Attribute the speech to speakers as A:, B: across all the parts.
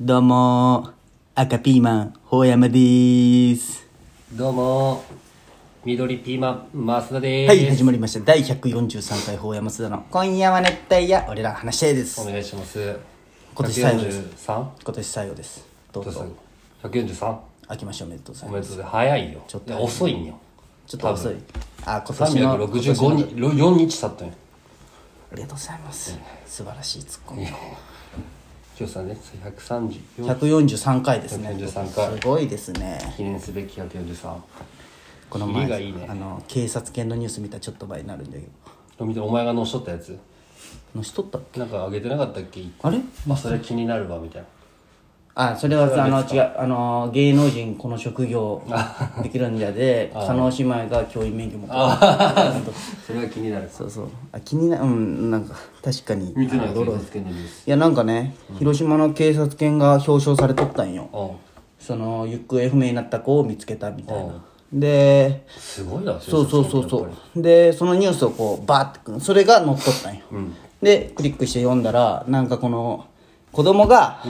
A: どうもー、赤ピーマン、ほうやまでーす。
B: どうも、緑ピーマン、増田でーす。
A: はい、始まりました。第143回、ほうやまつだの、今夜は熱帯夜、俺ら話し合いです。
B: お願いします。
A: 今年最後です
B: 143?
A: 今年最後です。どう
B: そうそ
A: ぞ、
B: う 143?
A: 明けましておめでとうござい
B: お
A: ます。
B: めでとうございます。早いよ。
A: ちょっと
B: いや遅いんよ。
A: ちょっと遅い。あ、今年の。
B: 365
A: 今年の
B: 日、4日経ったんよ。
A: ありがとうございます。素晴らしいツッコミ。
B: 今日さね、134
A: 143回ですね。
B: 143回
A: すごいですね。
B: 記念すべき143。
A: この
B: キ
A: 前
B: リがいいね
A: あの、警察犬のニュース見たらちょっと前になるんだけど。
B: 見て、お前が乗っしとったやつ。
A: のしとった
B: なんかあげてなかったっけ
A: あれ
B: まあ、それ気になるわ、みたいな。
A: あそれはあの違うあの芸能人この職業できるんじゃで加納姉妹が教員免許も
B: それは気になる。
A: そうそうあ気になうんなんか確かに
B: 見てない
A: あ
B: よ、
A: ド
B: 警
A: ロー
B: 察
A: い
B: 犬のニュース。
A: やなんかね、広島の警察犬が表彰されとったんよ
B: うん。
A: その行方不明になった子を見つけたみたいな
B: あ
A: です
B: ごいな、
A: そうそうそうそうでそのニュースをこうバーってくるそれが載っとったんよ、でクリックして読んだらなんかこの子供が、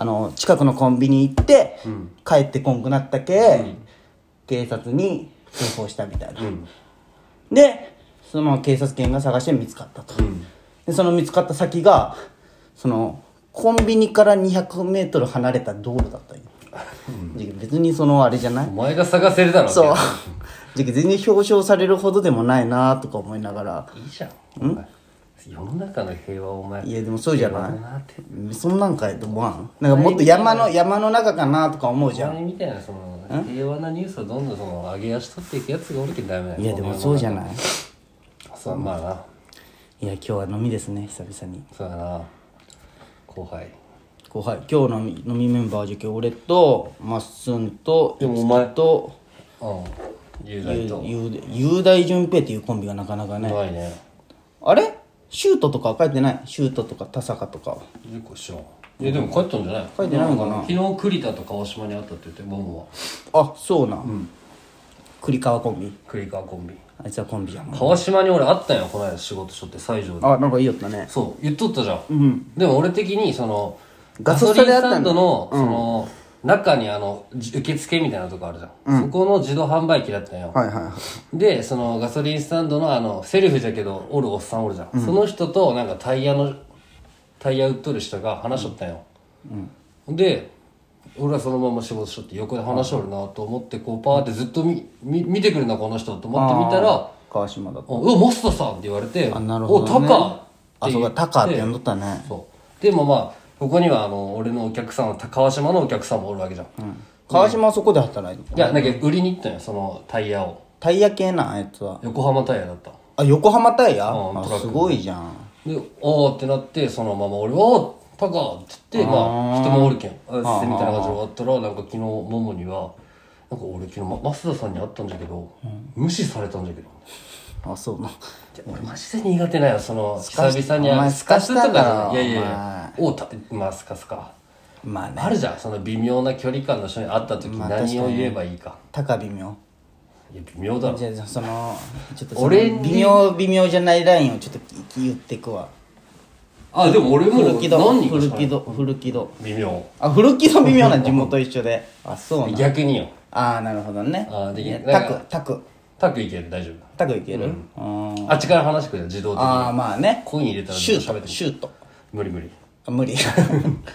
A: あの近くのコンビニ行って、帰ってこんくなったけ、警察に通報したみたいな、でその警察犬が探して見つかったと、でその見つかった先がそのコンビニから2 0 0ル離れた道路だったんよ、別にそのあれじゃない
B: お前が探せるだろ、
A: そう。じゃあ全然表彰されるほどでもないなとか思いながら。
B: いいじゃん。ん世の中の平和をお前。
A: いやでもそうじゃ
B: 平和だ
A: な
B: なって。
A: いそんなんかやと思わんなんかもっと山の、山の中かなとか思うじ
B: お
A: ゃん。
B: 前みたいなその平和なニュースをどんどんその上げ足取っていくやつがおるけんダメだよ。
A: いやでもそうじゃない
B: そうまあな。
A: いや今日は飲みですね、久々に。
B: そうやな。後輩。
A: 後輩、今日の飲み飲みメンバーじゃ今日俺と、まっすんと、
B: でもお前
A: いつきと、
B: うん。雄
A: ゆ
B: 大と。
A: ゆ雄大淳平っていうコンビがなかなか
B: う
A: ね。
B: まいね。
A: あれシュートとか書いてないシュートとか田坂とかは。
B: ゆうこしょ。いやでも帰ったんじゃない
A: 帰ってないのかな
B: 昨日栗田と川島に会ったって言って、ももは。
A: あ、そうな。栗川コンビ。
B: 栗川コンビ。
A: あいつはコンビじゃん。
B: 川島に俺会ったんよ、この間仕事しとって、西条で。
A: あ、なんかいいよったね。
B: そう言っとったじゃん、でも俺的にその
A: ガ
B: ガ
A: ソ
B: ソ
A: リ
B: リ
A: ン
B: ン
A: ス
B: ス
A: タ
B: タ
A: ン
B: ン
A: ド
B: ド
A: の
B: のその、中にあのじ受付みたいなとこあるじゃん、そこの自動販売機だったんよ、
A: はいはいはい
B: でそのガソリンスタンドのあのセルフじゃけどおるおっさんおるじゃん、その人となんかタイヤのタイヤ売っとる人が話しとったんよ、で俺はそのまま仕事しとって横で話しとるなと思ってこうパーってずっとみ、み見てくるなこの人と思って見たら
A: 川島だ
B: 「
A: と
B: おうマスターさん」って言われて「
A: あなるほど、
B: お
A: ね、
B: タカ!」
A: あそうかタカって呼んどったね
B: そうでもまあここにはあの俺のお客さんた川島のお客さんもおるわけじゃん、
A: 川島はそこで働いて
B: い
A: た
B: やだけど売りに行ったんよそのタイヤを
A: タイヤ系なあいつは
B: 横浜タイヤだった
A: あ横浜タイヤ
B: うん
A: あ
B: トラッ
A: す
B: ク
A: ごいじゃん
B: でおーってなってそのまま俺「おータカ!」って言ってまあ人もおるけんあっすみたいな感じで終わったらなんか昨日ももには「なんか俺昨日ま増田さんに会ったんじゃけど、無視されたんじゃけど」
A: あそう な
B: 俺マジで苦手なんよその
A: かし
B: 久々に
A: お前
B: スカスとかじゃ
A: スカしたんだろ
B: ないいやいやいやおうたまあスカスか
A: まあね
B: あるじゃんその微妙な距離感の人に会った時
A: あ
B: 何を言えばいいか,、
A: タカ微妙
B: いや微妙だろ
A: じゃあじゃあそのちょっとその
B: 俺に
A: 微妙微妙じゃないラインをちょっと言ってくわ
B: あでも俺も
A: 古木戸
B: 何人かし
A: 古
B: か
A: 木戸古木戸
B: 微妙
A: あ古木戸微妙な地元一緒であそうな
B: 逆によ
A: ああなるほどね
B: あーできない
A: タクタク
B: タクいける大丈夫
A: タクいける、うん、
B: あっちから話してくれよ自動的に
A: ああまあね
B: コイン入れたら
A: シュー
B: 喋っ
A: ト
B: て
A: シュート
B: 無理無理
A: あ 無理
B: い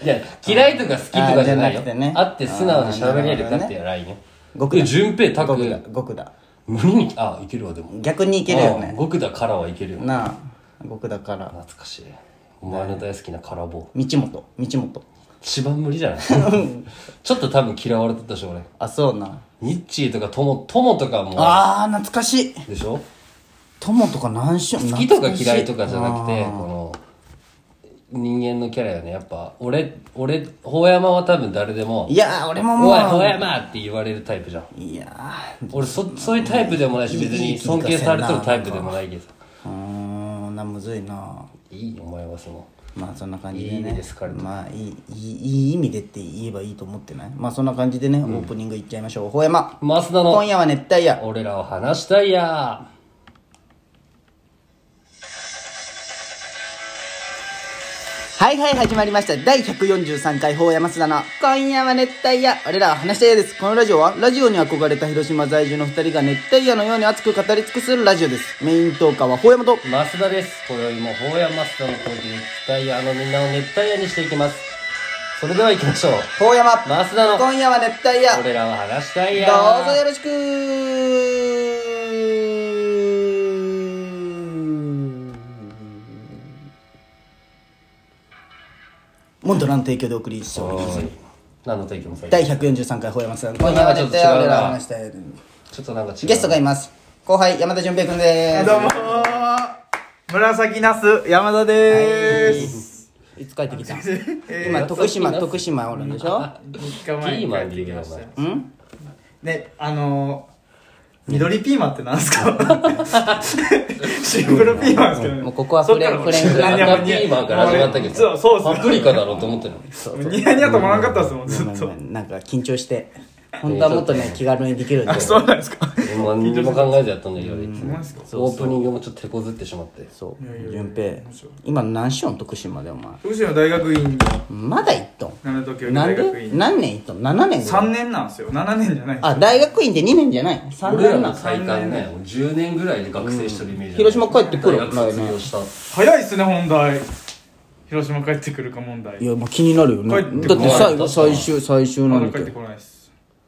B: や嫌いとか好きとかじゃない
A: あーじゃな
B: よ
A: くてね
B: 会って素直に喋れるかっていうラインよ
A: 極だ
B: で順平タク
A: 極だ極だ
B: 無理にあいけるわでも
A: 逆にいけるよね
B: あ極だからはいけるよ
A: なあ極だから
B: 懐かしいお前の大好きなカラボ
A: 道本道本
B: 一番無理じゃないちょっと多分嫌われてたし俺
A: あそうな
B: ニッチーとかトモトモとかも
A: あー懐かしい
B: でしょ
A: 友とか何しよう
B: 好きとか嫌いとかじゃなくてこの人間のキャラよねやっぱ俺俺法山は多分誰でも
A: いやー俺
B: 「
A: ももう
B: おい法山!」って言われるタイプじゃん
A: いや
B: 俺そそういうタイプでもないし別
A: いいいい
B: に尊敬されてるタイプでもないけど
A: ーうーんなむずいない
B: いお前はその
A: まあそんな感じでね
B: いい意味ですから
A: まあいいいいいい意味でって言えばいいと思ってないまあそんな感じでね、オープニングいっちゃいましょうほ山
B: 増田
A: 今
B: の
A: 夜は熱帯夜
B: 俺らを話したいや
A: 「はいはい始まりました第143回法山津田の「今夜は熱帯夜」俺らは話したいですこのラジオはラジオに憧れた広島在住の2人が熱帯夜のように熱く語り尽くすラジオですメイントーカーは法山と
B: 増田です今宵も法や増田の声で熱帯夜のみんなを熱帯夜にしていきますそれでは行きましょう
A: 法山
B: 増田の
A: 今夜は熱帯夜
B: 俺らは話したいや
A: どうぞよろしくモントラン提供でお送りしております
B: はい何の提供もされて
A: 第143回ほやまさん
B: 今夜はちょっと違うな
A: 俺らの話したい
B: ちょっとなんか違う
A: ゲストがいます後輩山田純平くんです
C: どうもー紫ナス山田でーす、
A: いつ帰ってきた
C: え
A: 今徳島徳島おるんでしょ
C: ー、3日前
B: ピー
C: に
B: マン
C: 帰
B: でい
C: ってき
B: いよ
C: ま
B: お
C: したよ
B: 前
A: ん
C: ねあのー、緑ピーマンってなんすかシンプルピーマンですけどね
A: もうここはフレンフレンフレン
B: 赤
C: いやもう
B: ピーマンから始まったけど
C: そうそうっす
B: パプリカだろうと思ってるの
C: ニヤニヤ止まらんかったですもんず
A: ごめ
C: っ
A: ん
C: と
A: ごめんなんか緊張して本当はもっとね気軽にできるんで
C: あそうなんですか
B: 今何も考えずやったんだけどいつ
C: ほん
B: も
C: まですか
B: オープニングもちょっと手こずってしまって
A: そう純平今何しよん徳島でお前
C: 徳島大学院に
A: まだ行っと
C: なるとき
A: ん
C: は
A: なん
C: 大学
A: で
C: 院
A: 何年行っとん7年ぐらい
C: 3年なんですよ7年じゃない
A: あ大学院って2年じゃない3
B: 俺ら
A: 年な
B: の
A: ん
B: 体感ねもう10年ぐらいで学生してるイメージある
A: 広島帰ってくる
B: 大学卒業した
C: 早いっすね本題広島帰ってくるか問題
A: いやまあ気になるよね
C: 帰って
A: だ
C: こ
A: っ
C: な
A: て
C: い
A: 最後最終最終な
C: ま
A: んだ
C: だ帰
A: け
C: って
A: ど
C: こないっす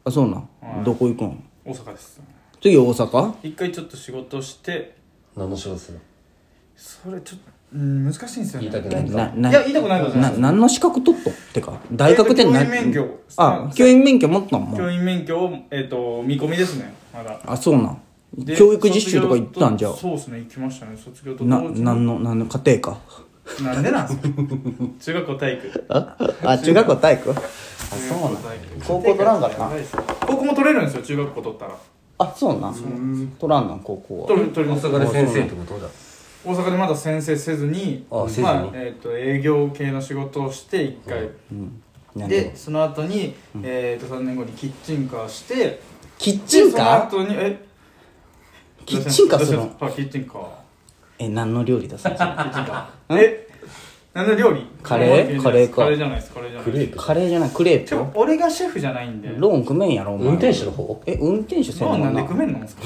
A: あそうなん、どこ行くん
C: 大阪です
A: 次大阪
C: 一回ちょっと仕事して
B: 何の仕事する
C: それちょっとうん難しいんですよ
B: 言
C: ね
B: いたくないん
A: な
B: だ
A: ない
C: や言いたくないことじゃな
A: ない何の資格取っとんってか大学って
C: えっと
A: な
C: 教員免許
A: あ教員免許持ったんも
C: 教
A: ん
C: 員免許をえっ、と見込みですねまだ
A: あそうなん
C: で
A: 教育実習とか行ったんじゃ
C: 卒業とそうですね行きましたね卒業と同
A: な
C: 時に
A: 何の何の家庭か
C: なんでなんす か中学校体育
A: ああ中学校体育
C: そうなん
A: 高校取らんかった
C: 高校も取れるんですよ中学校取ったら
A: あそうなん取らんなん高校は
C: 取る取り
B: 大
C: ます
B: 阪で先生ってことだ
C: 大阪でまだ先生せずに
B: あせずに
C: まあえっ、と営業系の仕事をして一回、
A: 何
C: でその後に、えっ、と3年後にキッチンカーして
A: キッチン
C: でその
A: カー
C: 後にえ
A: キッチンカーする
C: どうし
A: の
C: たあキッチンカー
A: え何の料理だそ れ
C: キッチンカーえ何の料理
A: カレー
C: カレー
A: カ
C: カ
A: レー
C: レーじゃないですカレーじゃない
B: ク
C: です
B: レープ
A: カレーじゃないクレー
C: て
A: プ
C: か俺がシェフじゃないんで
A: ローン組めんやろお前
B: 運転手の方
A: え運転手そ
C: なんん
A: な
C: なんんで
A: な
C: 組めんの ですか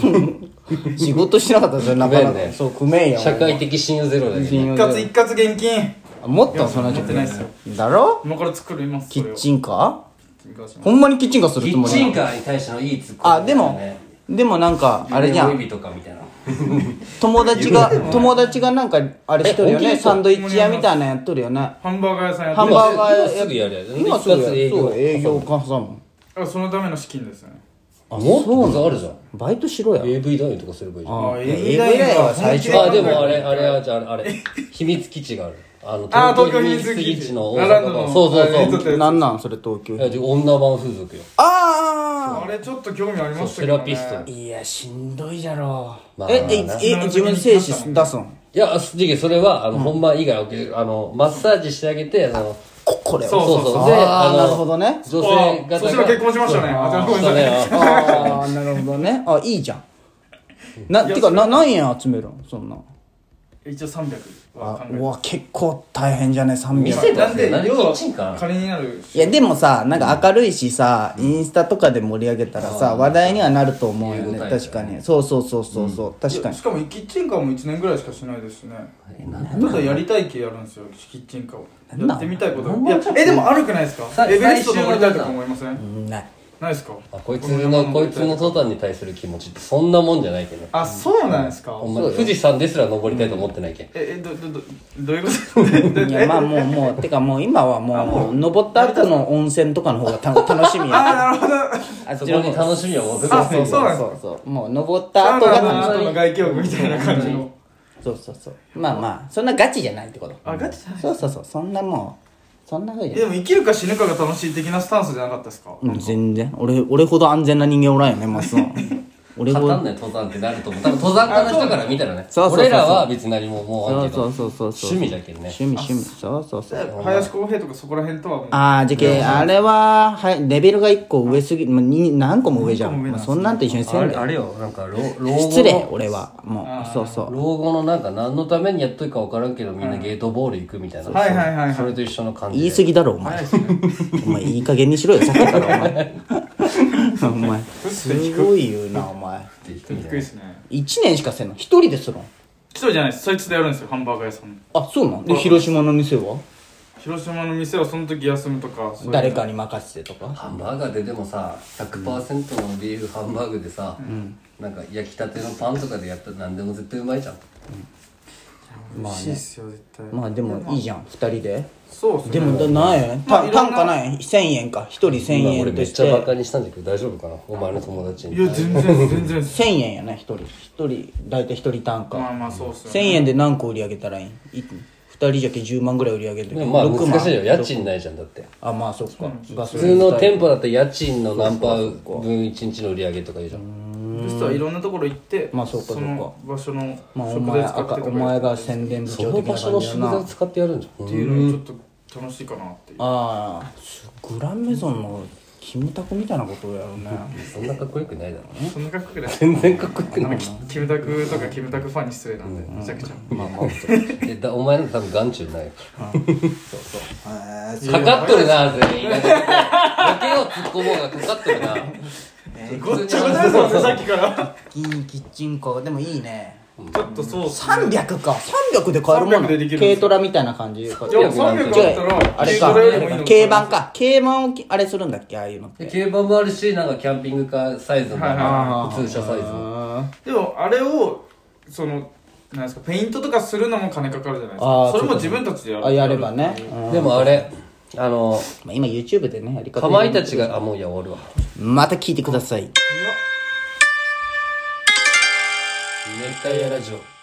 A: 仕事してなかったらそれなかな
B: 組めん
A: か
B: ね
A: そう組めんや
B: 社会的信用ゼロだよ
A: 信
B: ね
A: 用
C: 一括一括現金
A: もっとその
C: いや持ってないっすよ
A: だろ
C: 今から作ります
A: キ
C: それ
A: ッ
C: を
A: チンカ
C: キッチンカー
A: ー
C: します
A: ほんまにキッチンカーする
B: キ
A: つも
B: ッ
A: りな
B: チン
A: の
B: カーに対してのいいツッコミ
A: あでもでもなんかあれじゃん
B: 指とかみたいな
A: 友達が友達がなんかあれしとるよ
B: え本気
A: ね
B: ですか
A: サンドイッチ屋みたいなのやっとるよね
C: ハンバーガー屋さんや
A: ハン
C: っ
A: バーガー屋
B: 今すぐやるやつ
A: 今すぐやる
B: 一括営業
A: そう営業かさも
C: てそのための資金ですね
B: あもっと別にあるじゃん
A: バイトしろや
B: AV 男優とかすればいいじゃん
A: あ
C: あ
A: ー
C: ー
A: いや
C: AV
A: 以外は
C: は
A: 最
C: 最
A: 初
C: 初
B: あでもあれあれはじゃああれあれ秘密基地があるあの
C: あー
B: 東京秘密基地の大
C: 東
B: 阪
C: 京秘密基地ラランド
B: 版
C: の
B: そうそうそう
C: あれ
A: なんなんそれ東京
B: いやじゃあ女版風俗よ
A: あ
C: あれちょっと興味ありました
B: セ
C: けど
B: ラ
C: ね
B: ピスト
A: あいやしんどいじゃろ
B: まあ
A: ええ
B: まあな
A: え自分精子出すん
B: いやすじげそれはあの本番以外はあのマッサージしてあげてあの
A: ここれを
C: そう
B: そうそうで
A: あ
B: あ
A: あなるほ
B: の
A: どね
B: 女性
C: あ
B: が
C: そしたら結婚しましたねあじゃあごめんなさい
A: ああなるほどねあいいじゃんなてかな何円集めるんそんな
C: 一応300は考
A: あ
C: えて
A: うわ結構大変じゃね
B: 見
A: 300
B: せた
C: なんん
B: で
C: で
B: 何
C: 要
B: キッ
C: は
B: チンか
C: 金になる
A: いやでもさなんか明るいしさ、インスタとかで盛り上げたらさ話題にはなると思うよ
B: 言
A: ね
B: うことない
A: 確かにそうそうそうそうそう、確か
C: いや
A: に
C: しかもキッチンカーも1年ぐらいしかしないですしねただやりたい系やるんですよキッチンカーを
A: なんな
C: や
A: ん
C: ってみたいこと
B: なん
C: い
B: な
C: や
B: ん
C: えでも悪くないです
B: さ
C: かエベレスト
B: 最終
C: 登りたいとか思いませ
A: うんんない
C: ないですか
B: あこいつのこいつの登山に対する気持ちってそんなもんじゃないけど
C: あそうなんですか
B: お前富士山ですら登りたいと思ってないけん
C: ええどどどどういうこと
A: いやまあもうもうてかもう今はもうもう登った後の温泉とかの方がた 楽しみや
C: あなるほど
A: あっ
B: そ
A: ち
B: こ
A: の
B: に
A: 方
B: 楽しみを持って
C: あそうそうなんです
A: そ
C: か
A: うそうもう登った
C: サウ
A: 後が
C: ナの
A: 楽し
C: 後の外気浴みたいな感じの
A: みそうそうそうまあまあそんなガチじゃないってこと
C: あガチじゃない
A: そうそうそうそんなもうそんなふう
C: え
A: じ
C: で
A: ゃ
C: も生きるか死ぬかが楽しい的なスタンスじゃなかったですか
A: うん全然俺俺ほど安全な人間おらんよね松尾俺も
B: 語んない登山ってなると思う多分登山家の人から見たらね
A: そうそうそうそう
B: 俺らは別に何も思わんけ
A: そ
B: ど
A: うそうそうそう
B: 趣味だけどね
A: 趣味趣味そうそうそう
C: 林康平とかそこら辺とはもう
A: ああ、じゃけ、あれは、はい、レベルが1個上すぎ、まあ、に何個も上じゃん。まあ、そんなんと一緒にせ
B: あ
A: ん
B: れ
A: で。
B: あれよなんか老老
A: 失
B: 後
A: 礼、
B: の
A: 俺は。もう、そうそう。
B: 老後のなんか何のためにやっといか分からんけどみんなゲートボール行くみたいな
C: はいはいはいはい
B: それと一緒の感じ
A: 言い
B: で
A: 過ぎだろ、お前。 お前、いい加減にしろよ、さっきから、お前。お前、すごい言うな、お前。
B: って言ってみ
C: びったく
B: いな
C: りですね
A: 1年しかせんの。1人ですろん。
C: 一人じゃないですそいつでやるんですよハンバーガー屋さんの
A: あ、そうなんで、広島の店は
C: 広島の店はその時休むとかそういう
A: 誰かに任せてとか。
B: ハンバーガーででもさ100%のビーフハンバーグでさ、なんか焼きたてのパンとかでやったら何でも絶対うまいじゃん
C: 美味しいっすよ絶対
A: まあ、でも、いいじゃん、2人で。
C: そうっすね
A: でも、だない
C: まあ
A: た
C: いろ
A: 単
C: んな
A: 価ない。1000円か。1人1000
B: 今
A: 円
B: 俺
A: と
B: めっ
A: し
B: ちゃバ
A: て。
B: カにしたんだけど大丈夫かなお前の友達に
C: いや全 然全然っす
A: 1000円やね、1人。1人、大体1人単価。
C: まあまあそうっすよ
A: 1000円で何個売り上げたらいいい ?2 人じゃけ10万ぐらい売り上げて
B: でもまあ
A: 六
B: 難しいよ家賃ないじゃんだって
A: あまあそっかガス
B: 普通の店舗だったら家賃の何パー分1日の売り上げとか言うじゃん
C: 実はいろんなところ行って
A: まあそうかそうか
C: の場所の
A: まあお
C: 食
A: 前
C: 材使って
A: 赤
C: とか
A: お前が宣伝部
B: そ
A: 長
B: の
A: 的な
B: 場所
A: 感
B: の
A: じだ
B: 食材
A: な
B: を使ってやるんじゃん
C: っていうのがちょっと楽しいかなっていう
A: ああグランメゾンのキムタクみたいなことをやるね
B: そんなかっこよくないだろうね
C: そんな格好で
B: 全然かっこよくない
C: キムタクとかキムタクファンに失礼なんでめちゃくちゃ
B: まあまあ えだお前の多分眼中にないよ
A: へえ
B: かかっとるな全員ボケを突っ込もうがかかっとるな
C: ごっちゃごちゃですもんねさっきから
A: キンキッチンカーでもいいね
C: ちょっとそうっすね
A: 300か300で買えるもんな
C: 300でできるんですよ
A: 軽トラみたいな感じ
C: いや
A: 違う
C: 300だったら
A: あれ
C: 軽
A: か
C: トラよりもいいの
A: 軽バンか軽バンをあれするんだっけああいうのっ
B: で
A: て
B: 競馬もあるしなんかキャンピングカーサイズも
C: はいはい
B: ある普通車サイズ
A: う
B: も
A: ーん
C: でもあれをそのなんですかペイントとかするのも金かかるじゃないです
A: あー
C: かそれも自分たちでやる
A: あやればね、うん
B: でもあれあの
A: まあ、今 YouTube でねやり方
B: かまいたちがあもういいや終わるわ
A: また聞いてください
C: いや
B: 熱帯夜ラジオ